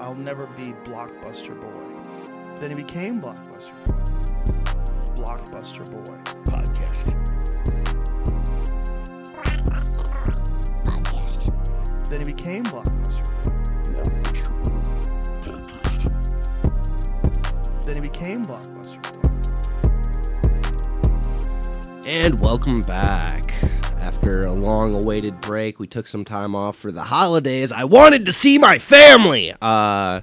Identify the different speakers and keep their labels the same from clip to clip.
Speaker 1: I'll never be Blockbuster Boy. Then he became Blockbuster Boy. Blockbuster Boy.
Speaker 2: Podcast.
Speaker 1: Then he became Blockbuster Boy. Then he became Blockbuster Boy.
Speaker 3: And welcome back. After a long awaited break, we took some time off for the holidays. I wanted to see my family. Uh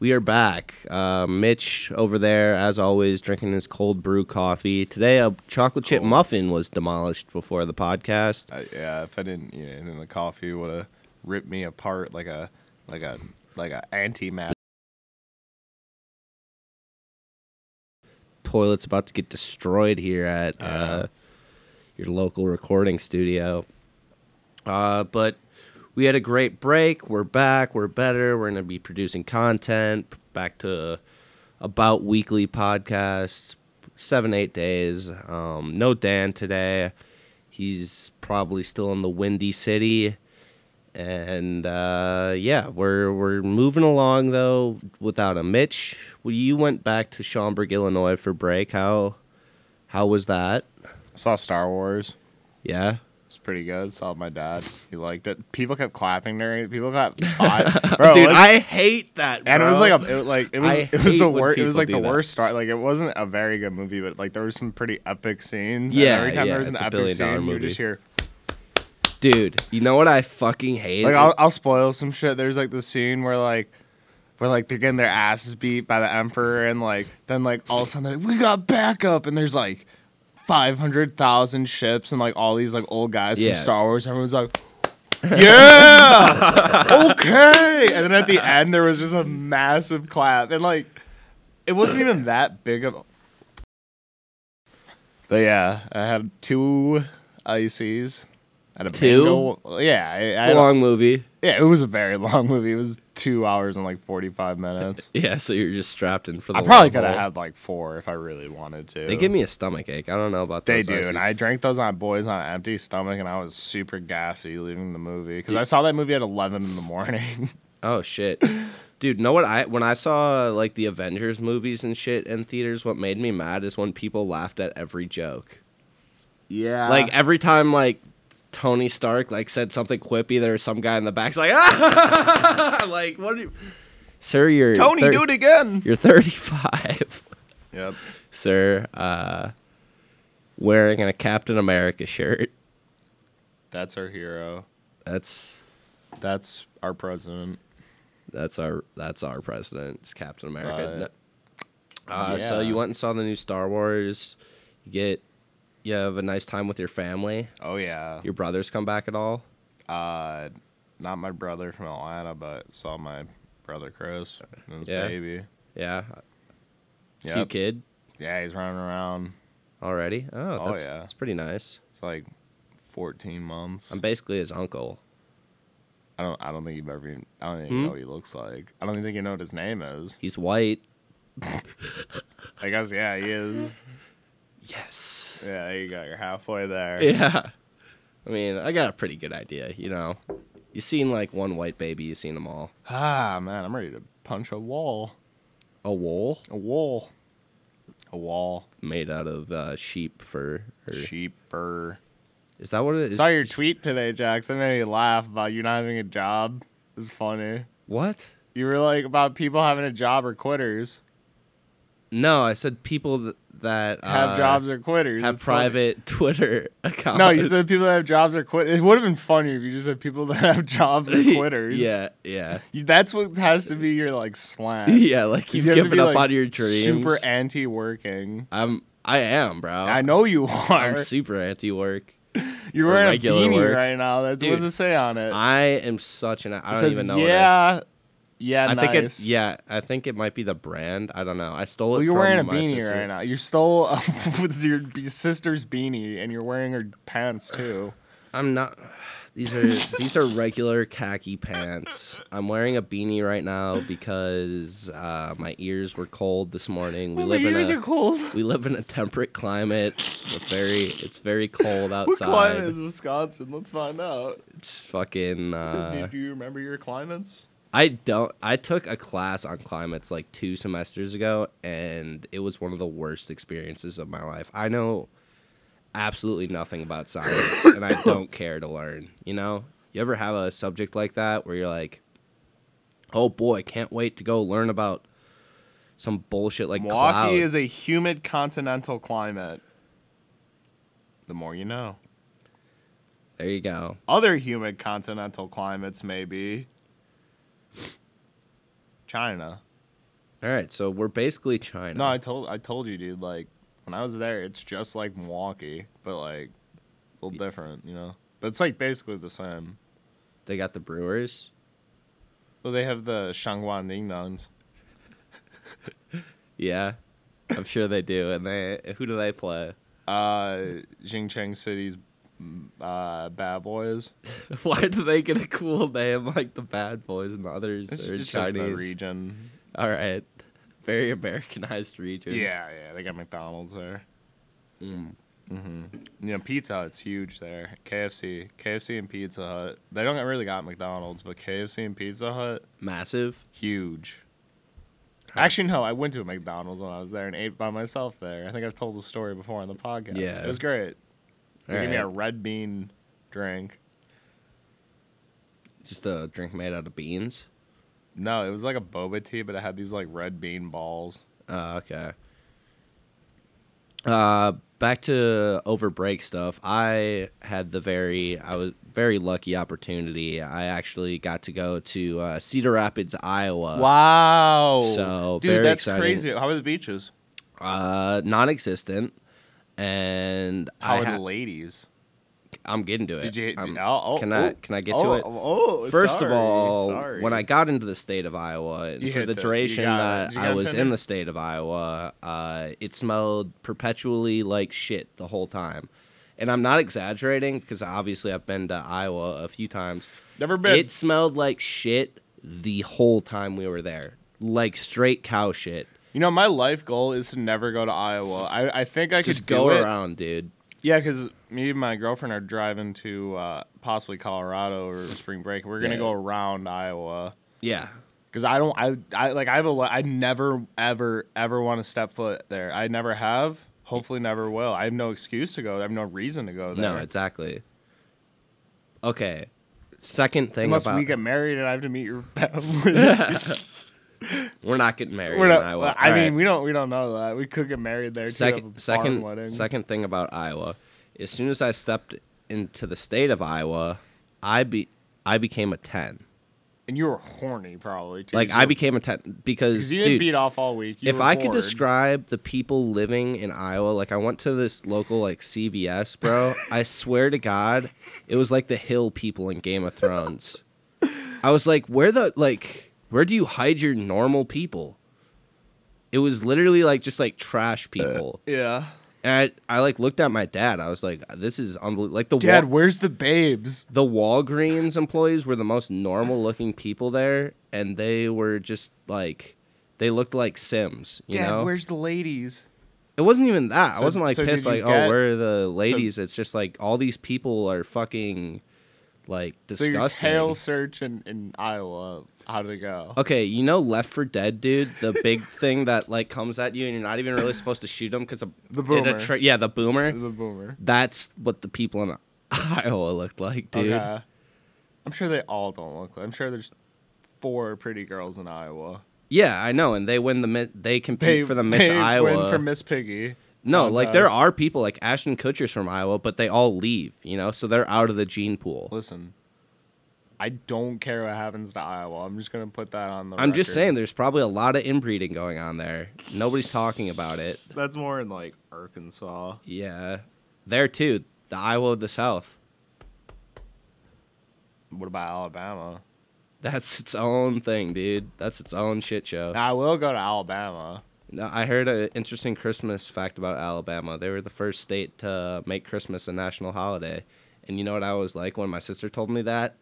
Speaker 3: we are back. Uh, Mitch over there, as always, drinking his cold brew coffee. Today, a chocolate chip muffin was demolished before the podcast.
Speaker 4: I, Uh, yeah, if I didn't eat anything, the coffee would have ripped me apart like a like a like a anti matter.
Speaker 3: Toilet's about to get destroyed here at uh, your local recording studio. Uh, but we had a great break. We're back. We're better. We're going to be producing content. Back to about weekly podcasts, seven, eight days. Um, no Dan today. He's probably still in the windy city. And uh, yeah, we're we're moving along though without a Mitch. Well, you went back to Schaumburg, Illinois for break. How how was that?
Speaker 4: Saw Star Wars.
Speaker 3: Yeah.
Speaker 4: It's pretty good. Saw it with my dad. He liked it. People kept clapping during. People clapped. Five. Bro,
Speaker 3: Dude,
Speaker 4: let's-
Speaker 3: I hate that.
Speaker 4: and it was
Speaker 3: bro.
Speaker 4: like a it, was like it was
Speaker 3: I
Speaker 4: it was
Speaker 3: hate
Speaker 4: the
Speaker 3: when
Speaker 4: worst. It was
Speaker 3: people
Speaker 4: like
Speaker 3: do
Speaker 4: the
Speaker 3: that.
Speaker 4: worst star. Like it wasn't a very good movie, but like there were some pretty epic scenes. and
Speaker 3: Yeah,
Speaker 4: every time
Speaker 3: yeah,
Speaker 4: there was an
Speaker 3: it's a
Speaker 4: epic
Speaker 3: billion
Speaker 4: scene,
Speaker 3: dollar
Speaker 4: you would
Speaker 3: movie.
Speaker 4: just hear
Speaker 3: dude. You know what I fucking hate?
Speaker 4: Like I'll, I'll spoil some shit. There's like the scene where like where like they're getting their asses beat by the emperor, and like then like all of a sudden they're like, we got backup, and there's like five hundred thousand ships, and like all these like old guys
Speaker 3: Yeah.
Speaker 4: from Star Wars. Everyone's like. yeah. okay. And then at the end, there was just a massive clap, and like, it wasn't even that big of. a... But yeah, I had two ICs. At a
Speaker 3: Two?
Speaker 4: Mango. Yeah, I,
Speaker 3: it's
Speaker 4: I had
Speaker 3: a
Speaker 4: a-
Speaker 3: long movie.
Speaker 4: yeah, it was a very long movie. It was two hours and like forty five minutes.
Speaker 3: Yeah, so you're just strapped in for the.
Speaker 4: I probably
Speaker 3: long
Speaker 4: could have
Speaker 3: haul.
Speaker 4: had like four if I really wanted to.
Speaker 3: They give me a stomach ache. I don't know about
Speaker 4: They
Speaker 3: those
Speaker 4: do, and
Speaker 3: ices.
Speaker 4: I drank those on boys on an empty stomach, and I was super gassy leaving the movie because I saw that movie at eleven in the morning.
Speaker 3: Oh shit, dude. Know what I when I saw like the Avengers movies and shit in theaters, what made me mad is when people laughed at every joke.
Speaker 4: Yeah,
Speaker 3: like every time like Tony Stark like said something quippy, there was some guy in the back's like, ah, like what? Are you... Sir, you're thir-
Speaker 4: again.
Speaker 3: You're 35.
Speaker 4: Yep.
Speaker 3: sir, uh, wearing a Captain America shirt.
Speaker 4: That's our hero.
Speaker 3: That's
Speaker 4: That's our president.
Speaker 3: that's our that's our president. It's Captain America. No-
Speaker 4: Uh,
Speaker 3: uh, So
Speaker 4: yeah.
Speaker 3: you went and saw the new Star Wars. You get you have a nice time with your family.
Speaker 4: Oh yeah.
Speaker 3: Your brothers come back at all?
Speaker 4: Uh, not my brother from Atlanta, but saw my brother Chris and his
Speaker 3: Yeah.
Speaker 4: baby.
Speaker 3: Yeah,
Speaker 4: Yep.
Speaker 3: cute kid
Speaker 4: Yeah, he's running around.
Speaker 3: already. Oh,
Speaker 4: Oh,
Speaker 3: that's,
Speaker 4: yeah.
Speaker 3: that's pretty nice.
Speaker 4: It's like fourteen months.
Speaker 3: I'm basically his uncle.
Speaker 4: I don't. I don't think you've ever. even- I don't even
Speaker 3: Hmm?
Speaker 4: know what he looks like. I don't even think you know what his name is.
Speaker 3: He's white.
Speaker 4: I guess yeah, he is.
Speaker 3: Yes.
Speaker 4: Yeah, you got. You're halfway there.
Speaker 3: Yeah. I mean, I got a pretty good idea, you know. you seen like one white baby, you seen them all.
Speaker 4: Ah man, I'm ready to punch a wall.
Speaker 3: A wool?
Speaker 4: A wall. A wall.
Speaker 3: made out of uh, sheep fur. Or,
Speaker 4: Sheep fur.
Speaker 3: is that what it is?
Speaker 4: Saw your tweet today, Jax. That made me laugh about you not having a job. It's funny.
Speaker 3: What?
Speaker 4: You were like about people having a job or quitters.
Speaker 3: No, I said people th- that
Speaker 4: Have
Speaker 3: uh,
Speaker 4: jobs or quitters.
Speaker 3: have
Speaker 4: It's funny.
Speaker 3: private Twitter accounts.
Speaker 4: No, you said people that have jobs or quit. It would have been funnier if you just said people that have jobs or quitters.
Speaker 3: yeah, yeah,
Speaker 4: You- That's what has to be your like slang.
Speaker 3: yeah. Like
Speaker 4: 'Cause
Speaker 3: you've
Speaker 4: you have to
Speaker 3: given
Speaker 4: be,
Speaker 3: up
Speaker 4: like,
Speaker 3: on your dreams.
Speaker 4: Super anti-working.
Speaker 3: I'm. I am, bro.
Speaker 4: I know you are.
Speaker 3: Oh. I'm super anti-work.
Speaker 4: You're wearing a
Speaker 3: regular
Speaker 4: beanie
Speaker 3: work.
Speaker 4: right now. That's what
Speaker 3: Dude,
Speaker 4: does it say on it?
Speaker 3: I am such an. I
Speaker 4: Uh, it
Speaker 3: don't
Speaker 4: says
Speaker 3: even know. what it-
Speaker 4: yeah, yeah.
Speaker 3: I
Speaker 4: nice.
Speaker 3: think it's yeah. I think it might be the brand. I don't know. I stole it.
Speaker 4: Well, you're
Speaker 3: from
Speaker 4: wearing a
Speaker 3: my
Speaker 4: beanie
Speaker 3: sister.
Speaker 4: right now. You stole uh, with your be- sister's beanie, and you're wearing her pants too.
Speaker 3: I'm not. These are these are regular khaki pants. I'm wearing a beanie right now because uh, my ears were cold this morning. We
Speaker 4: Oh,
Speaker 3: live
Speaker 4: my
Speaker 3: in
Speaker 4: ears
Speaker 3: a
Speaker 4: are cold.
Speaker 3: we live in a temperate climate. It's very it's very cold
Speaker 4: What climate
Speaker 3: outside.
Speaker 4: is Wisconsin? Let's find out.
Speaker 3: It's fucking.
Speaker 4: Do-
Speaker 3: Uh,
Speaker 4: do you remember your climates?
Speaker 3: I don't. I took a class on climates like two semesters ago, and it was one of the worst experiences of my life. I know absolutely nothing about science, and I don't care to learn. You know, you ever have a subject like that where you're like, "Oh boy, can't wait to go learn about some bullshit like
Speaker 4: Milwaukee
Speaker 3: clouds."
Speaker 4: is a humid continental climate. The more you know.
Speaker 3: there you go.
Speaker 4: Other humid continental climates may be China.
Speaker 3: All right, so we're basically China.
Speaker 4: No, I told I told you, dude. Like when I was there, it's just like Milwaukee, but like a little different, you know. But it's like basically the same.
Speaker 3: they got the Brewers.
Speaker 4: Well, they have the Shangguan Ding Dongs.
Speaker 3: Yeah, I'm sure they do. And they who do they play?
Speaker 4: Uh, Jingcheng City's mm, uh, bad boys.
Speaker 3: Why do they get a cool name like the Bad Boys and the others
Speaker 4: It's,
Speaker 3: are
Speaker 4: it's just
Speaker 3: Chinese?
Speaker 4: the region.
Speaker 3: All right, very Americanized region.
Speaker 4: Yeah, yeah, they got McDonald's there. Mm. hmm You know, Pizza Hut's huge there. KFC, KFC and Pizza Hut. They don't really got McDonald's, but KFC and Pizza Hut
Speaker 3: massive.
Speaker 4: huge. Actually, no. I went to a McDonald's when I was there and ate by myself there. I think I've told the story before on the podcast.
Speaker 3: Yeah.
Speaker 4: it was great. They
Speaker 3: All
Speaker 4: gave me a
Speaker 3: right.
Speaker 4: red bean drink.
Speaker 3: Just a drink made out of beans.
Speaker 4: No, it was like a boba tea, but it had these like red bean balls.
Speaker 3: Oh, okay. Uh, back to over break stuff. I had the very I was very lucky opportunity. I actually got to go to uh, Cedar Rapids, Iowa.
Speaker 4: Wow.
Speaker 3: So,
Speaker 4: dude,
Speaker 3: very
Speaker 4: that's
Speaker 3: exciting.
Speaker 4: crazy. How are the beaches?
Speaker 3: Uh, non-existent. And
Speaker 4: How
Speaker 3: I
Speaker 4: are
Speaker 3: ha-
Speaker 4: the ladies?
Speaker 3: I'm getting to it.
Speaker 4: Did you?
Speaker 3: I'm-
Speaker 4: oh, oh,
Speaker 3: Um, can I
Speaker 4: oh,
Speaker 3: can I get
Speaker 4: oh,
Speaker 3: to it?
Speaker 4: Oh,
Speaker 3: First of
Speaker 4: sorry,
Speaker 3: all,
Speaker 4: sorry.
Speaker 3: when I got into the state of Iowa, and
Speaker 4: You
Speaker 3: for
Speaker 4: hit
Speaker 3: the
Speaker 4: the- you
Speaker 3: duration
Speaker 4: got it.
Speaker 3: that
Speaker 4: You
Speaker 3: I
Speaker 4: got
Speaker 3: was
Speaker 4: tender.
Speaker 3: in the state of Iowa, uh, it smelled perpetually like shit the whole time. And I'm not exaggerating because obviously I've been to Iowa a few times.
Speaker 4: Never been.
Speaker 3: It smelled like shit the whole time we were there, like straight cow shit.
Speaker 4: you know, my life goal is to never go to Iowa. I, I think I
Speaker 3: Just
Speaker 4: could
Speaker 3: go
Speaker 4: do it.
Speaker 3: around, dude.
Speaker 4: Yeah, because me and my girlfriend are driving to uh, possibly Colorado or spring break. We're gonna
Speaker 3: Yeah.
Speaker 4: go around Iowa
Speaker 3: Yeah,
Speaker 4: because I don't. I, I like. I have a. li- I never ever ever want to step foot there. I never have. Hopefully, never will. I have no excuse to go. I have no reason to go there.
Speaker 3: no, exactly. Okay, second thing
Speaker 4: unless
Speaker 3: about
Speaker 4: we get married and I have to meet your family.
Speaker 3: we're not getting married.
Speaker 4: We're
Speaker 3: in
Speaker 4: not-
Speaker 3: Iowa.
Speaker 4: I
Speaker 3: All
Speaker 4: mean,
Speaker 3: right.
Speaker 4: we don't. We don't know that. We could get married there. too,
Speaker 3: second
Speaker 4: have a barn
Speaker 3: second
Speaker 4: wedding.
Speaker 3: second thing about Iowa. As soon as I stepped into the state of Iowa, I be I became a ten.
Speaker 4: And you were horny probably too.
Speaker 3: Like I became a ten because
Speaker 4: because you didn't
Speaker 3: dude,
Speaker 4: beat off all week. You
Speaker 3: if
Speaker 4: were
Speaker 3: I could
Speaker 4: bored.
Speaker 3: describe the people living in Iowa, like I went to this local like CVS, bro. I swear to God, it was like the hill people in Game of Thrones. I was like, where the like where do you hide your normal people? It was literally like just like trash
Speaker 4: Uh,
Speaker 3: people.
Speaker 4: yeah.
Speaker 3: And I, I like looked at my dad. I was like, "This is unbelievable." Like the
Speaker 4: Dad,
Speaker 3: Wal-
Speaker 4: where's the babes?
Speaker 3: the Walgreens employees were the most normal looking people there, and they were just like, they looked like Sims. You know,
Speaker 4: the ladies?
Speaker 3: it wasn't even that. I
Speaker 4: So-
Speaker 3: wasn't like
Speaker 4: so did
Speaker 3: pissed.
Speaker 4: you
Speaker 3: Like, oh,
Speaker 4: get-
Speaker 3: where are the ladies? it's just like all these people are fucking, like
Speaker 4: So
Speaker 3: disgusting.
Speaker 4: your tail search in, in Iowa, how did it go?
Speaker 3: Okay, you know Left for Dead, dude, the big thing that like comes at you, and you're not even really supposed to shoot them because
Speaker 4: The boomer.
Speaker 3: yeah, the boomer.
Speaker 4: The boomer.
Speaker 3: That's what the people in Iowa looked like, dude.
Speaker 4: Okay. I'm sure they all don't look like. I'm sure there's four pretty girls in Iowa.
Speaker 3: Yeah, I know, and they win the mi- they compete
Speaker 4: They
Speaker 3: for the Miss
Speaker 4: they
Speaker 3: Iowa.
Speaker 4: Win for Miss Piggy.
Speaker 3: no,
Speaker 4: Oh,
Speaker 3: like
Speaker 4: gosh.
Speaker 3: there are people like Ashton Kutcher's from Iowa, but they all leave, you know, so they're out of the gene pool.
Speaker 4: Listen, I don't care what happens to Iowa. I'm just gonna put that on the.
Speaker 3: I'm just
Speaker 4: record.
Speaker 3: saying, there's probably a lot of inbreeding going on there. Nobody's talking about it.
Speaker 4: that's more in like Arkansas.
Speaker 3: Yeah, there too, the Iowa of the South.
Speaker 4: What about Alabama?
Speaker 3: That's its own thing, dude. That's its own shit show.
Speaker 4: Now, I will go to Alabama.
Speaker 3: No, I heard an interesting Christmas fact about Alabama. They were the first state to make Christmas a national holiday. And you know what I was like when my sister told me that?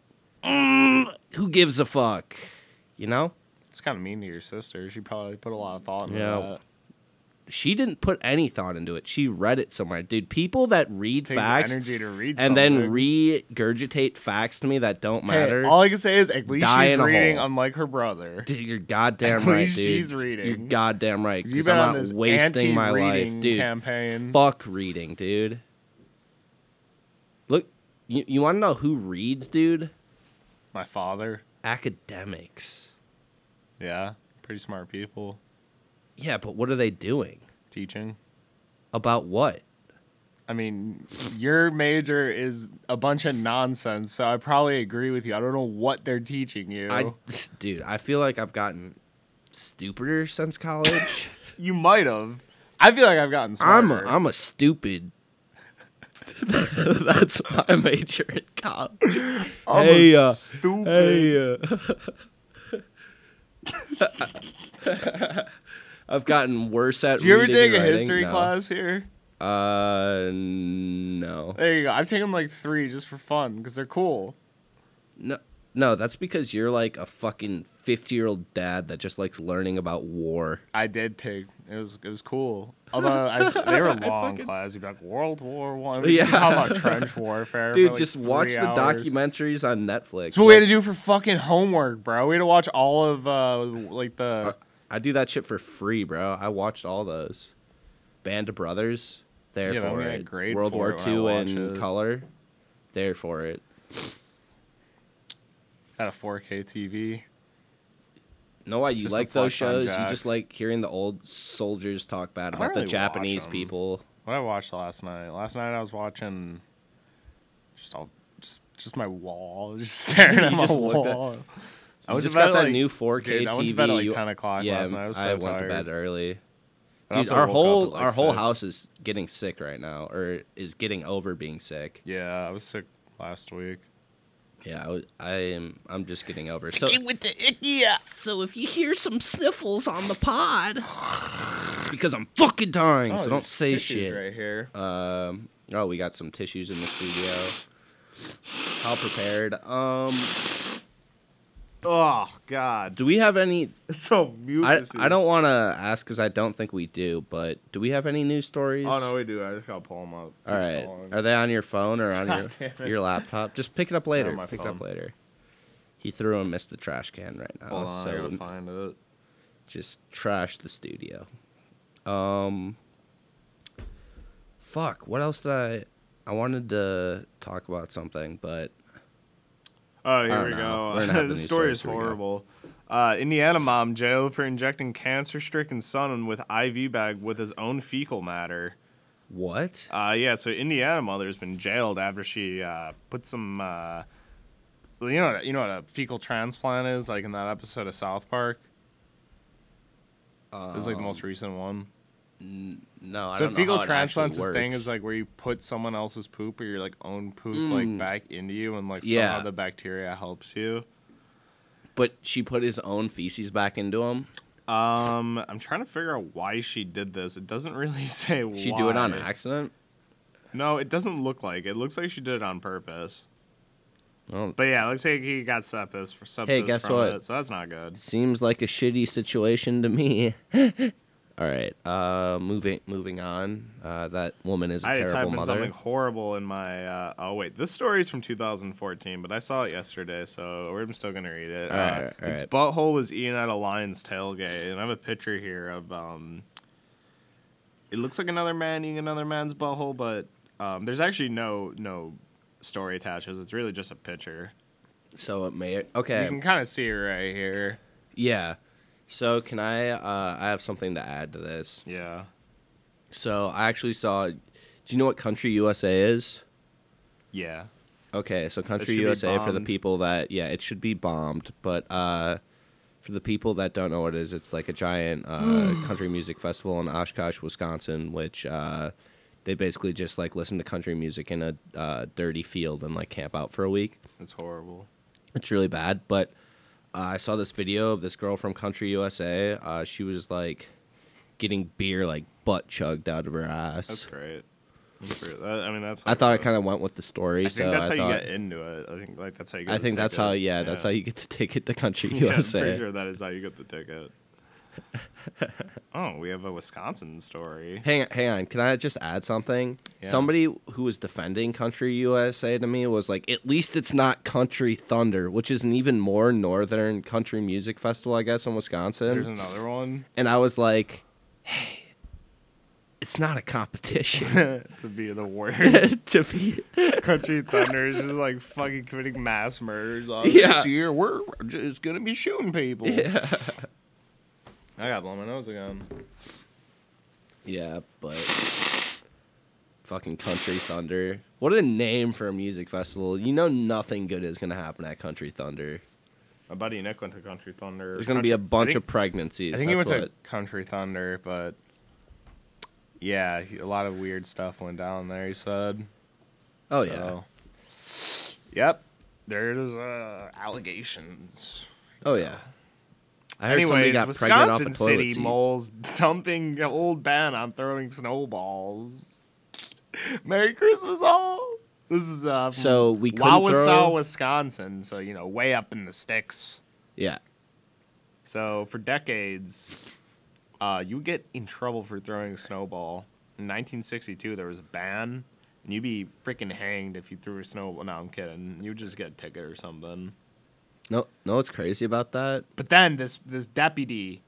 Speaker 3: Mm, who gives a fuck? You know?
Speaker 4: It's kind of mean to your sister. She probably put a lot of thought into
Speaker 3: Yeah.
Speaker 4: that.
Speaker 3: she didn't put any thought into it. She read it somewhere, dude. People that read
Speaker 4: Takes
Speaker 3: facts
Speaker 4: energy to read
Speaker 3: and then
Speaker 4: something.
Speaker 3: regurgitate facts to me that don't
Speaker 4: Hey,
Speaker 3: matter.
Speaker 4: all I can say is at least
Speaker 3: Die
Speaker 4: she's
Speaker 3: in a
Speaker 4: reading,
Speaker 3: hole.
Speaker 4: unlike her brother.
Speaker 3: Dude, you're goddamn
Speaker 4: At
Speaker 3: right,
Speaker 4: least
Speaker 3: dude.
Speaker 4: she's reading.
Speaker 3: You're goddamn right.
Speaker 4: You've
Speaker 3: Because
Speaker 4: been
Speaker 3: I'm
Speaker 4: on
Speaker 3: not
Speaker 4: this
Speaker 3: wasting my life,
Speaker 4: anti-reading
Speaker 3: dude.
Speaker 4: Campaign.
Speaker 3: Mm-hmm. Fuck reading, dude. Look, you, you want to know who reads, dude?
Speaker 4: my father.
Speaker 3: Academics.
Speaker 4: Yeah, pretty smart people
Speaker 3: Yeah, but what are they doing?
Speaker 4: teaching.
Speaker 3: About what?
Speaker 4: I mean, your major is a bunch of nonsense, so I probably agree with you. I don't know what they're teaching you.
Speaker 3: I, dude, I feel like I've gotten stupider since college.
Speaker 4: you might have. I feel like I've gotten
Speaker 3: I'm a,
Speaker 4: smarter.
Speaker 3: I'm a stupid. That's my major in college.
Speaker 4: I'm
Speaker 3: hey,
Speaker 4: a
Speaker 3: uh,
Speaker 4: stupid.
Speaker 3: Hey. uh, I've gotten worse at.
Speaker 4: Did you ever
Speaker 3: reading
Speaker 4: take
Speaker 3: and
Speaker 4: a
Speaker 3: writing.
Speaker 4: history
Speaker 3: No.
Speaker 4: class here?
Speaker 3: Uh, no,
Speaker 4: There you go. I've taken like three just for fun because they're cool.
Speaker 3: no, no. That's because you're like a fucking fifty-year-old dad that just likes learning about war.
Speaker 4: I did take. It was it was cool. Although I, they were long class. You'd be like World War One. We yeah.
Speaker 3: Yeah.
Speaker 4: talk about trench warfare. for,
Speaker 3: Dude,
Speaker 4: like,
Speaker 3: just watch
Speaker 4: three
Speaker 3: the
Speaker 4: hours.
Speaker 3: documentaries on Netflix.
Speaker 4: That's what we had
Speaker 3: Like,
Speaker 4: to do for fucking homework, bro. We had to watch all of uh like the.
Speaker 3: I do that shit for free, bro. I watched all those. Band of Brothers, there
Speaker 4: Yeah, but I'm
Speaker 3: for
Speaker 4: gonna
Speaker 3: it.
Speaker 4: grade
Speaker 3: World
Speaker 4: for
Speaker 3: War
Speaker 4: it when I
Speaker 3: II
Speaker 4: watch
Speaker 3: in
Speaker 4: it.
Speaker 3: color, there for it.
Speaker 4: Had a 4K TV.
Speaker 3: Know why you
Speaker 4: Just to
Speaker 3: like those
Speaker 4: flex on
Speaker 3: shows? You
Speaker 4: jacks.
Speaker 3: just like hearing the old soldiers talk bad
Speaker 4: I
Speaker 3: about the
Speaker 4: really watch
Speaker 3: Japanese
Speaker 4: 'em.
Speaker 3: people.
Speaker 4: What I watched last night. Last night I was watching. Just all. Just, just my wall. Just staring at
Speaker 3: You
Speaker 4: my
Speaker 3: just looked at-
Speaker 4: wall.
Speaker 3: I
Speaker 4: went to
Speaker 3: just
Speaker 4: bed
Speaker 3: got
Speaker 4: at,
Speaker 3: that
Speaker 4: like-
Speaker 3: new 4K
Speaker 4: dude,
Speaker 3: TV.
Speaker 4: I went to bed at like
Speaker 3: You-
Speaker 4: 10 o'clock
Speaker 3: yeah,
Speaker 4: last night. I was so
Speaker 3: went to
Speaker 4: tired.
Speaker 3: bed early.
Speaker 4: I
Speaker 3: Dude,
Speaker 4: also
Speaker 3: our
Speaker 4: woke up
Speaker 3: whole
Speaker 4: at, like,
Speaker 3: our whole
Speaker 4: six.
Speaker 3: house is getting sick right now, or is getting over being sick.
Speaker 4: Yeah, I was sick last week.
Speaker 3: Yeah, I, was- I am. I'm just getting over. it. So
Speaker 2: with the icky. So if you hear some sniffles on the pod,
Speaker 3: it's because I'm fucking dying. so don't
Speaker 4: Oh, there's
Speaker 3: say
Speaker 4: tissues
Speaker 3: shit.
Speaker 4: Right here.
Speaker 3: Um, oh, we got some tissues in the studio. How prepared? Um,
Speaker 4: oh God.
Speaker 3: do we have any?
Speaker 4: So muted.
Speaker 3: I I don't want to ask because I don't think we do. But do we have any news stories?
Speaker 4: Oh no, we do. I just gotta pull them up.
Speaker 3: All right. Are they on your phone or on
Speaker 4: God damn
Speaker 3: your
Speaker 4: it.
Speaker 3: your laptop? Just pick it up later.
Speaker 4: my
Speaker 3: pick it
Speaker 4: phone.
Speaker 3: up later. He threw and missed the trash can right now.
Speaker 4: Hold on, I
Speaker 3: so
Speaker 4: gotta find it.
Speaker 3: just trash the studio. Um fuck, what else did I I wanted to talk about something, but
Speaker 4: Oh, here
Speaker 3: don't
Speaker 4: we
Speaker 3: know.
Speaker 4: go.
Speaker 3: We're gonna have the
Speaker 4: this
Speaker 3: news
Speaker 4: story is
Speaker 3: stories. Here we go.
Speaker 4: horrible. Uh, Indiana mom jailed for injecting cancer-stricken son with IV bag with his own fecal matter.
Speaker 3: what?
Speaker 4: Uh, yeah, so Indiana mother's been jailed after she uh, put some. Uh, well, you know, what- you know what a fecal transplant is, like in that episode of South Park. It was like the most recent one.
Speaker 3: No, Um, I
Speaker 4: So
Speaker 3: don't know
Speaker 4: fecal
Speaker 3: how it actually
Speaker 4: transplants is thing
Speaker 3: works.
Speaker 4: is like where you put someone else's poop or your like own poop like back into you and like
Speaker 3: Mm. Yeah.
Speaker 4: somehow the bacteria helps you.
Speaker 3: but she put his own feces back into him.
Speaker 4: Um, I'm trying to figure out why she did this. It doesn't really say why.
Speaker 3: She do it on accident?
Speaker 4: No, it doesn't look like. It looks like she did it on purpose.
Speaker 3: Well,
Speaker 4: But yeah, it looks like he got sepsis for sepsis
Speaker 3: guess
Speaker 4: from
Speaker 3: what?
Speaker 4: it, so that's not good.
Speaker 3: seems like a shitty situation to me. All right. Uh moving moving on. Uh that woman is a
Speaker 4: I had
Speaker 3: terrible
Speaker 4: typed in
Speaker 3: mother.
Speaker 4: something horrible in my. Uh, oh wait, this story is from 2014, but I saw it yesterday, so we're still gonna read it.
Speaker 3: All
Speaker 4: uh,
Speaker 3: right, all
Speaker 4: its
Speaker 3: right.
Speaker 4: butthole was eaten at a lion's tailgate, and I have a picture here of. Um, it looks like another man eating another man's butthole, but um, there's actually no no story attaches. It's really just a picture.
Speaker 3: So it may okay.
Speaker 4: You can kind of see it right here.
Speaker 3: Yeah. So can I? Uh, I have something to add to this.
Speaker 4: Yeah.
Speaker 3: So I actually saw. Do you know what country USA is?
Speaker 4: Yeah.
Speaker 3: Okay, so country
Speaker 4: should be
Speaker 3: USA for the
Speaker 4: bombed.
Speaker 3: people that yeah, it should be bombed, but uh, for the people that don't know what it is, it's like a giant uh, country music festival in Oshkosh, Wisconsin, which uh, they basically just like listen to country music in a uh, dirty field and like camp out for a week.
Speaker 4: It's horrible.
Speaker 3: It's really bad. But uh, I saw this video of this girl from Country USA. Uh, she was like getting beer like butt chugged out of her ass.
Speaker 4: That's great. That's great. That- I mean, that's.
Speaker 3: I thought it kind of went with the story.
Speaker 4: I
Speaker 3: so
Speaker 4: think that's
Speaker 3: I
Speaker 4: how you
Speaker 3: thought,
Speaker 4: get into it. I think like that's how you. Get
Speaker 3: I
Speaker 4: the
Speaker 3: think that's
Speaker 4: ticket.
Speaker 3: how yeah, that's how you get the ticket to Country
Speaker 4: Yeah, I'm
Speaker 3: USA.
Speaker 4: pretty sure that is how you get the ticket. Oh, we have a Wisconsin story.
Speaker 3: Hang hang on. Can I just add something? Somebody who was defending Country USA to me was like, at least it's not Country Thunder, which is an even more northern country music festival, I guess, in Wisconsin.
Speaker 4: There's another one.
Speaker 3: and I was like, hey, it's not a competition
Speaker 4: to be the worst.
Speaker 3: to be.
Speaker 4: Country Thunder is just like fucking committing mass murders. Like,
Speaker 3: Yeah.
Speaker 4: This year we're we're just gonna be shooting people. Yeah. I got blown my nose again.
Speaker 3: Yeah, but fucking Country Thunder. What a name for a music festival. You know, nothing good is gonna happen at Country Thunder.
Speaker 4: My buddy Nick went to Country Thunder.
Speaker 3: There's gonna be a bunch
Speaker 4: I think,
Speaker 3: of pregnancies.
Speaker 4: I think he
Speaker 3: that's
Speaker 4: went
Speaker 3: what-
Speaker 4: to Country Thunder, but yeah, he- a lot of weird stuff went down there. He said.
Speaker 3: Oh yeah.
Speaker 4: So, Yep. There's uh, allegations.
Speaker 3: Oh yeah. I heard somebody
Speaker 4: Anyways,
Speaker 3: got pregnant off a
Speaker 4: Wisconsin
Speaker 3: toilet
Speaker 4: City
Speaker 3: seat.
Speaker 4: moles dumping an old ban on throwing snowballs. Merry Christmas, all. This is uh, from
Speaker 3: So we couldn't
Speaker 4: Wausau,
Speaker 3: throw-
Speaker 4: Wisconsin. So you know, way up in the sticks.
Speaker 3: Yeah.
Speaker 4: So for decades, uh, you get in trouble for throwing a snowball. In 1962, there was a ban, and you'd be freaking hanged if you threw a snowball. No, I'm kidding. You'd just get a ticket or something.
Speaker 3: No, no. What's crazy about that?
Speaker 4: But then this this deputy,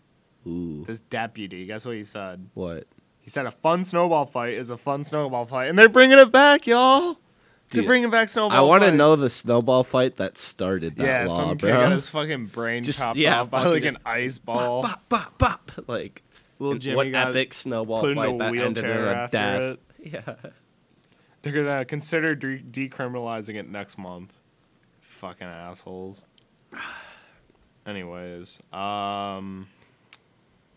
Speaker 3: Ooh.
Speaker 4: this deputy, guess what he said?
Speaker 3: What?
Speaker 4: He said a fun snowball fight is a fun snowball fight, and they're bringing it back, y'all.
Speaker 3: Dude,
Speaker 4: they're bringing back snowball.
Speaker 3: I want to
Speaker 4: fights.
Speaker 3: know the snowball fight that started that
Speaker 4: Yeah,
Speaker 3: law,
Speaker 4: some kid
Speaker 3: bro.
Speaker 4: got his fucking brain
Speaker 3: Just-
Speaker 4: chopped
Speaker 3: yeah,
Speaker 4: off by
Speaker 3: fucking
Speaker 4: like an
Speaker 3: just-
Speaker 4: ice ball.
Speaker 3: Bop, bop, bop. Like,
Speaker 4: Little Jimmy
Speaker 3: what
Speaker 4: got
Speaker 3: epic snowball
Speaker 4: put in a
Speaker 3: fight that ended in
Speaker 4: wheelchair
Speaker 3: a
Speaker 4: after
Speaker 3: death.
Speaker 4: it.
Speaker 3: Yeah.
Speaker 4: They're gonna consider de- decriminalizing it next month. Fucking assholes. Anyways, um,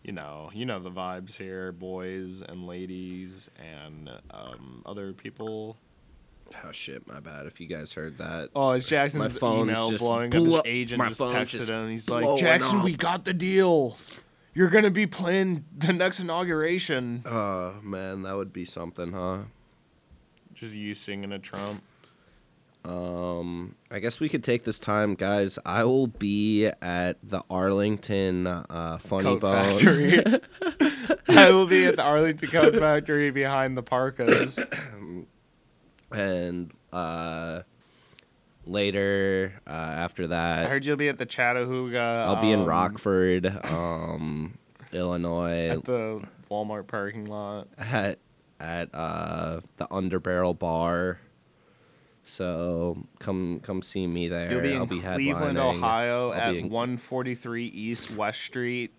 Speaker 4: you know, you know the vibes here, boys and ladies and um, other people.
Speaker 3: Oh shit, my bad. If you guys heard that.
Speaker 4: Oh, it's Jackson's
Speaker 3: My phone's
Speaker 4: email
Speaker 3: just
Speaker 4: blowing up. His
Speaker 3: blew-
Speaker 4: agent
Speaker 3: my
Speaker 4: just
Speaker 3: phone's
Speaker 4: texted
Speaker 3: just
Speaker 4: him. and He's like,
Speaker 3: blowing
Speaker 4: Jackson,
Speaker 3: up."
Speaker 4: we got the deal. You're gonna be playing the next inauguration.
Speaker 3: Oh man, that would be something, huh?
Speaker 4: Just you singing a Trump.
Speaker 3: I guess we could take this time, guys. I will be at the Arlington uh, Funny
Speaker 4: Coat
Speaker 3: Bone.
Speaker 4: Factory. I will be at the Arlington Coat Factory behind the parkas.
Speaker 3: and uh later uh after
Speaker 4: I
Speaker 3: that
Speaker 4: heard you'll be at the Chattahooga.
Speaker 3: i'll be in
Speaker 4: um,
Speaker 3: rockford um illinois
Speaker 4: At the Walmart parking lot.
Speaker 3: at at uh the underbarrel bar so come come see me there
Speaker 4: You'll be in
Speaker 3: i'll be
Speaker 4: Cleveland,
Speaker 3: headlining.
Speaker 4: Ohio
Speaker 3: I'll
Speaker 4: at
Speaker 3: be in-
Speaker 4: 143 East West Street.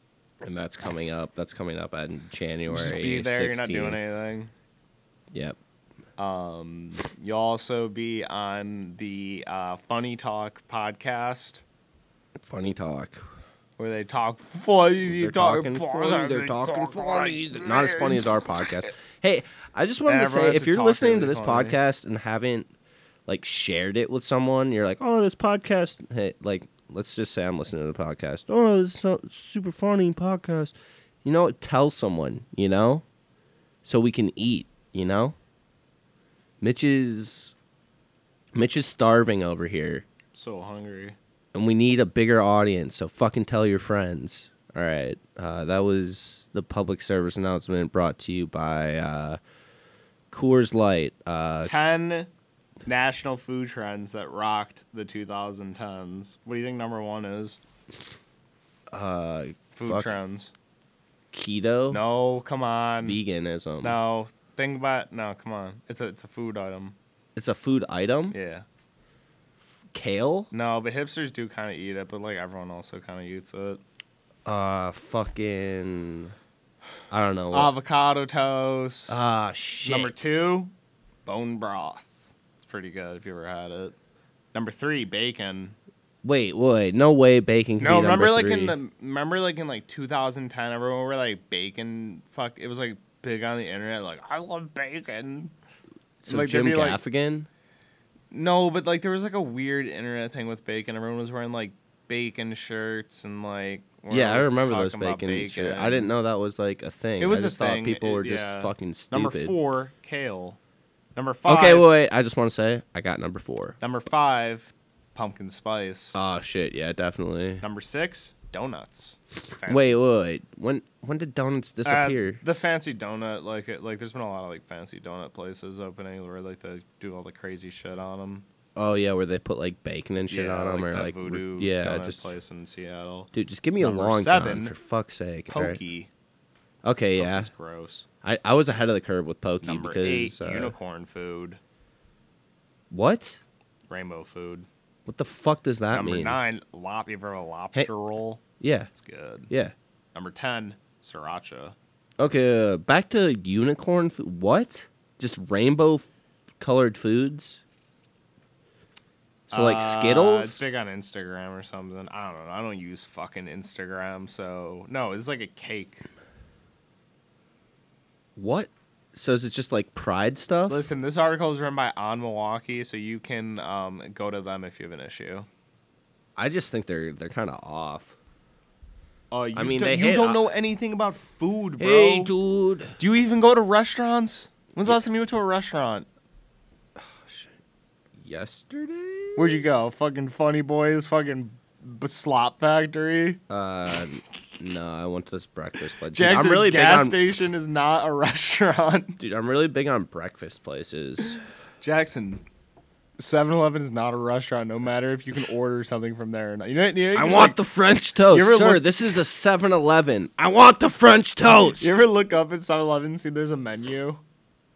Speaker 3: and that's coming up that's coming up in january
Speaker 4: Just be there. You're not
Speaker 3: 16th.
Speaker 4: doing anything.
Speaker 3: yep
Speaker 4: You'll also be on the uh, Funny Talk podcast
Speaker 3: funny talk
Speaker 4: where they talk funny.
Speaker 3: they're
Speaker 4: talk
Speaker 3: talking funny. They're talking
Speaker 4: talk
Speaker 3: funny.
Speaker 4: like
Speaker 3: Not as funny as our podcast. Hey, I just wanted
Speaker 4: Yeah,
Speaker 3: to say,
Speaker 4: everyone has
Speaker 3: if
Speaker 4: to
Speaker 3: you're
Speaker 4: talk
Speaker 3: listening
Speaker 4: really
Speaker 3: to this
Speaker 4: funny.
Speaker 3: podcast and haven't like shared it with someone, you're like, oh, this podcast. Hey, like, let's just say I'm listening to the podcast. Oh, this is so super funny podcast. You know, tell someone. You know, so we can eat. You know, Mitch is Mitch is starving over here,
Speaker 4: So hungry.
Speaker 3: and we need a bigger audience. So fucking tell your friends. All right, uh, that was the public service announcement brought to you by uh, Coors Light. Uh,
Speaker 4: 10 national food trends that rocked the 2010s. What do you think number one is?
Speaker 3: uh,
Speaker 4: Food
Speaker 3: fuck,
Speaker 4: trends.
Speaker 3: keto,
Speaker 4: No, come on.
Speaker 3: veganism.
Speaker 4: No, think about no. Come on, it's a it's a food item.
Speaker 3: It's a food item.
Speaker 4: Yeah.
Speaker 3: Kale.
Speaker 4: No, but hipsters do kind of eat it, but like everyone also kind of eats it.
Speaker 3: Uh, fucking. I don't know. what-
Speaker 4: Avocado toast.
Speaker 3: Ah, shit.
Speaker 4: Number two, bone broth. It's pretty good if you ever had it. Number three, bacon.
Speaker 3: Wait, wait, no way. Bacon. Can
Speaker 4: No,
Speaker 3: be
Speaker 4: remember
Speaker 3: number
Speaker 4: like in
Speaker 3: three.
Speaker 4: the remember like in like 2010, everyone were like bacon. Fuck, it was like big on the internet. Like I love bacon.
Speaker 3: so
Speaker 4: like, there'd
Speaker 3: Jim
Speaker 4: be, like-
Speaker 3: Gaffigan.
Speaker 4: No, but like there was like a weird internet thing with bacon. Everyone was wearing like bacon shirts and like. we're
Speaker 3: Yeah, I
Speaker 4: always
Speaker 3: remember those
Speaker 4: talking about
Speaker 3: bacon. shit. I didn't know that was like a thing.
Speaker 4: It
Speaker 3: I
Speaker 4: was a
Speaker 3: just
Speaker 4: thing,
Speaker 3: thought people
Speaker 4: it-
Speaker 3: were just
Speaker 4: yeah.
Speaker 3: fucking stupid.
Speaker 4: Number four, kale. Number five.
Speaker 3: Okay, wait, wait. I just want to say I got number four.
Speaker 4: Number five, pumpkin spice.
Speaker 3: Uh, Oh shit, yeah, definitely.
Speaker 4: Number six, donuts. Fancy.
Speaker 3: Wait, wait, wait. When when did donuts
Speaker 4: Uh,
Speaker 3: disappear?
Speaker 4: the fancy donut, like it, like there's been a lot of like fancy donut places opening where like they do all the crazy shit on them.
Speaker 3: oh yeah, where they put like bacon and shit on 'em on them,
Speaker 4: like
Speaker 3: or
Speaker 4: that
Speaker 3: like re-
Speaker 4: voodoo
Speaker 3: yeah,
Speaker 4: donut
Speaker 3: just
Speaker 4: place in Seattle.
Speaker 3: dude, just give me a
Speaker 4: Number
Speaker 3: long
Speaker 4: seven,
Speaker 3: time for fuck's sake. all right?
Speaker 4: Pokey,
Speaker 3: Okay, yeah,
Speaker 4: Pokey's gross.
Speaker 3: I, I was ahead of the curve with pokey
Speaker 4: Number
Speaker 3: because
Speaker 4: eight,
Speaker 3: uh,
Speaker 4: unicorn food,
Speaker 3: what?
Speaker 4: rainbow food.
Speaker 3: What the fuck does that
Speaker 4: Number
Speaker 3: mean?
Speaker 4: nine, lop. You ever have a lobster roll?
Speaker 3: Yeah,
Speaker 4: It's good.
Speaker 3: yeah.
Speaker 4: Number ten, sriracha.
Speaker 3: Okay, uh, back to unicorn food. What? Just rainbow f- colored foods? So like
Speaker 4: Uh,
Speaker 3: Skittles?
Speaker 4: it's big on Instagram or something. I don't know. I don't use fucking Instagram, so no. It's like a cake.
Speaker 3: what? So is it just like pride stuff?
Speaker 4: Listen, this article is written by On Milwaukee, so you can um, go to them if you have an issue.
Speaker 3: I just think they're they're kind of off.
Speaker 4: Oh, you
Speaker 3: I mean,
Speaker 4: do-
Speaker 3: they
Speaker 4: you
Speaker 3: hit-
Speaker 4: don't know anything about food, bro.
Speaker 3: dude.
Speaker 4: Do you even go to restaurants? When's the last time you went to a restaurant?
Speaker 3: Yesterday?
Speaker 4: Where'd you go? Fucking Funny Boys, fucking B- Slop Factory.
Speaker 3: Uh, no, I went to this breakfast place. Dude,
Speaker 4: Jackson
Speaker 3: I'm really big
Speaker 4: gas
Speaker 3: on
Speaker 4: station is not a restaurant.
Speaker 3: dude. I'm really big on breakfast places.
Speaker 4: Jackson, 7-Eleven is not a restaurant. No matter if you can order something from there or not. You know, you know
Speaker 3: I
Speaker 4: just,
Speaker 3: want
Speaker 4: like,
Speaker 3: the French toast,
Speaker 4: You ever
Speaker 3: sir.
Speaker 4: look-
Speaker 3: This is a 7-Eleven. I want the French toast.
Speaker 4: You ever look up at 7-Eleven and see there's a menu?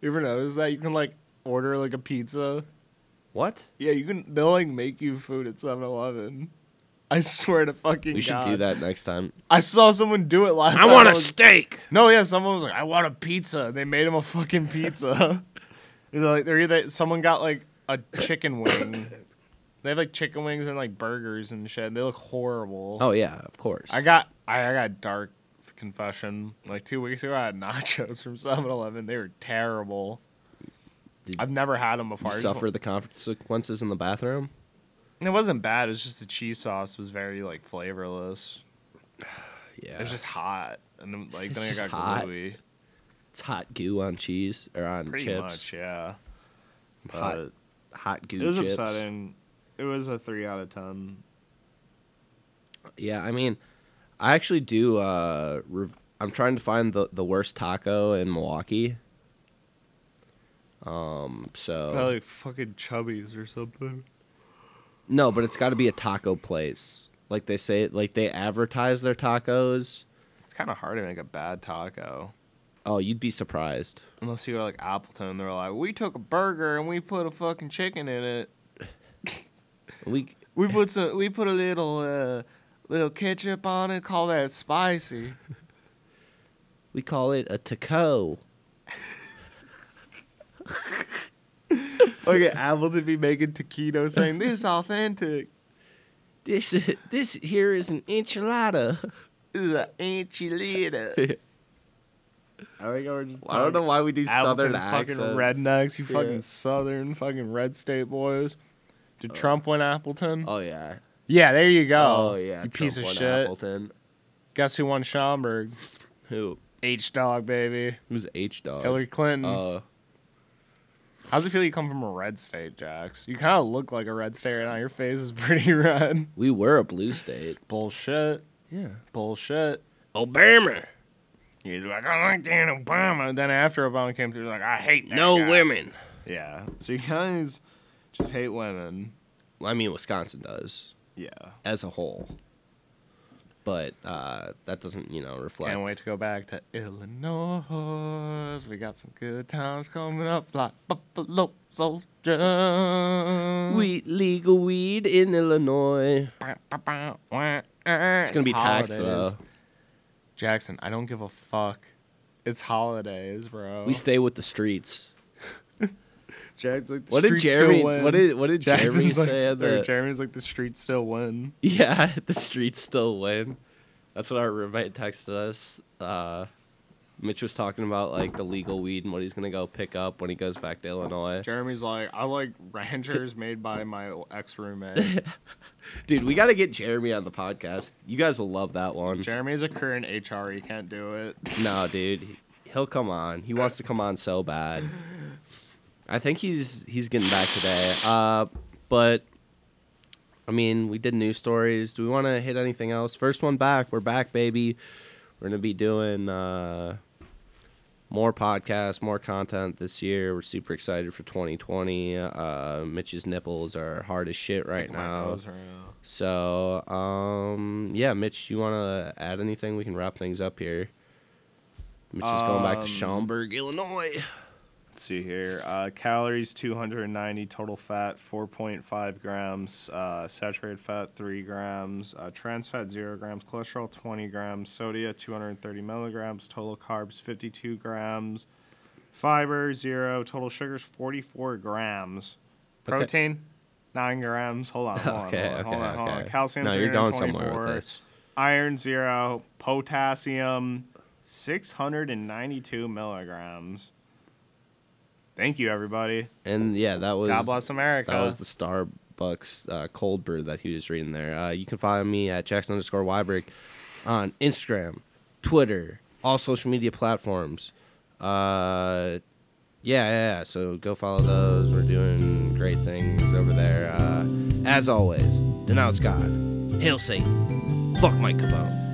Speaker 4: You ever notice that you can like order like a pizza?
Speaker 3: what?
Speaker 4: Yeah, you can. They'll like make you food at 7-Eleven. I swear to fucking
Speaker 3: We should
Speaker 4: God.
Speaker 3: do that next time.
Speaker 4: I saw someone do it last
Speaker 3: I
Speaker 4: time.
Speaker 3: want
Speaker 4: I
Speaker 3: a
Speaker 4: was-
Speaker 3: steak.
Speaker 4: No, yeah, someone was like, "I want a pizza." They made him a fucking pizza. It's like they're either someone got like a chicken wing. they have like chicken wings and like burgers and shit. They look horrible.
Speaker 3: Oh yeah, of course.
Speaker 4: I got I, I got dark confession. Like two weeks ago, I had nachos from 7-Eleven. They were terrible.
Speaker 3: Did
Speaker 4: I've never had them
Speaker 3: You
Speaker 4: before. I just
Speaker 3: suffer the consequences in the bathroom.
Speaker 4: wa- It wasn't bad. It's just the cheese sauce was very like flavorless.
Speaker 3: Yeah,
Speaker 4: It was just hot, and then, like then
Speaker 3: It's
Speaker 4: I
Speaker 3: just
Speaker 4: got
Speaker 3: hot.
Speaker 4: gluey.
Speaker 3: it's hot goo on cheese or on
Speaker 4: Pretty
Speaker 3: chips.
Speaker 4: much, yeah.
Speaker 3: Hot,
Speaker 4: But-
Speaker 3: hot goo.
Speaker 4: It was
Speaker 3: chips.
Speaker 4: upsetting. It was a three out of ten.
Speaker 3: Yeah, I mean, I actually do. Uh, rev- I'm trying to find the the worst taco in Milwaukee. Um. So
Speaker 4: Probably like fucking chubbies or something.
Speaker 3: no, but it's got to be a taco place. Like they say, like they advertise their tacos.
Speaker 4: It's kind of hard to make a bad taco.
Speaker 3: Oh, you'd be surprised.
Speaker 4: Unless you go to like Appleton, they're like, we took a burger and we put a fucking chicken in it.
Speaker 3: We
Speaker 4: We put some, we put a little, uh, little ketchup on it. Call that spicy.
Speaker 3: we call it a taco.
Speaker 4: Okay, Appleton be making taquitos, saying this is authentic.
Speaker 3: This is, this here is an enchilada.
Speaker 4: This is an enchilada. I think we're just.
Speaker 3: I don't know why we do southern
Speaker 4: Appleton fucking
Speaker 3: accents.
Speaker 4: rednecks, you fucking
Speaker 3: Yeah.
Speaker 4: southern fucking red state boys. Did Trump win Appleton?
Speaker 3: Oh yeah.
Speaker 4: yeah, there you go.
Speaker 3: Oh yeah.
Speaker 4: you piece of
Speaker 3: Trump won
Speaker 4: shit.
Speaker 3: Appleton.
Speaker 4: Guess who won Schaumburg?
Speaker 3: Who?
Speaker 4: H dog baby,
Speaker 3: Who's H dog?
Speaker 4: Hillary Clinton.
Speaker 3: Uh,
Speaker 4: How's it feel? You come from a red state, Jax. You kind of look like a red state right now. Your face is pretty red.
Speaker 3: we were a blue state.
Speaker 4: Bullshit.
Speaker 3: Yeah.
Speaker 4: Bullshit.
Speaker 3: Obama.
Speaker 4: He's like, I like Dan Obama. Then after Obama came through, like, I hate that guy.
Speaker 3: women.
Speaker 4: Yeah. So you guys just hate women.
Speaker 3: I mean, Wisconsin does
Speaker 4: Yeah.
Speaker 3: as a whole, but uh, that doesn't you know reflect.
Speaker 4: Can't wait to go back to Illinois. We got some good times coming up, like Buffalo Soldier.
Speaker 3: We legal weed in Illinois.
Speaker 4: it's
Speaker 3: It's gonna be taxed though.
Speaker 4: Jackson, I don't give a fuck. It's holidays, bro.
Speaker 3: We stay with the streets.
Speaker 4: Jack's like, the
Speaker 3: What did
Speaker 4: streets
Speaker 3: Jeremy?
Speaker 4: Still win.
Speaker 3: What did what did
Speaker 4: Jackson's
Speaker 3: Jeremy
Speaker 4: like,
Speaker 3: say?
Speaker 4: or
Speaker 3: at the-
Speaker 4: Jeremy's like the streets still win.
Speaker 3: Yeah, the streets still win. That's what our roommate texted us. Uh, Mitch was talking about like the legal weed and what he's gonna go pick up when he goes back to Illinois.
Speaker 4: Jeremy's like, I like ranchers made by my ex roommate.
Speaker 3: Dude, we gotta get Jeremy on the podcast. You guys will love that one.
Speaker 4: Jeremy's a current HR. He can't do it.
Speaker 3: no, dude, he- he'll come on. He wants to come on so bad. I think he's he's getting back today. Uh, but I mean, we did news stories. Do we want to hit anything else? First one back. We're back, baby. We're gonna be doing uh, more podcasts, more content this year. We're super excited for 2020. Uh, Mitch's nipples are hard as shit right now. So, um, yeah, Mitch, you want to add anything? We can wrap things up here. Mitch is going
Speaker 4: Um,
Speaker 3: back to Schaumburg, Illinois.
Speaker 4: Let's see here. Uh, calories 290, total fat 4.5 grams, uh, saturated fat 3 grams, uh, trans fat 0 grams, cholesterol 20 grams, sodium 230 milligrams, total carbs 52 grams, fiber 0, total sugars 44 grams,
Speaker 3: Okay.
Speaker 4: protein 9 grams. Hold on, hold on,
Speaker 3: Okay,
Speaker 4: hold on,
Speaker 3: okay,
Speaker 4: hold on, hold on.
Speaker 3: okay.
Speaker 4: Calcium
Speaker 3: No, you're going somewhere with
Speaker 4: 324,
Speaker 3: this.
Speaker 4: Iron 0, potassium 692 milligrams. Thank you, everybody.
Speaker 3: And yeah, that was
Speaker 4: God bless America.
Speaker 3: That was the Starbucks uh, cold brew that he was reading there. Uh, you can follow me at Jackson underscore Weiberg on Instagram, Twitter, all social media platforms. Uh, yeah, yeah, yeah. So go follow those. We're doing great things over there. Uh, as always, denounce God. Hail Satan. Fuck microphone.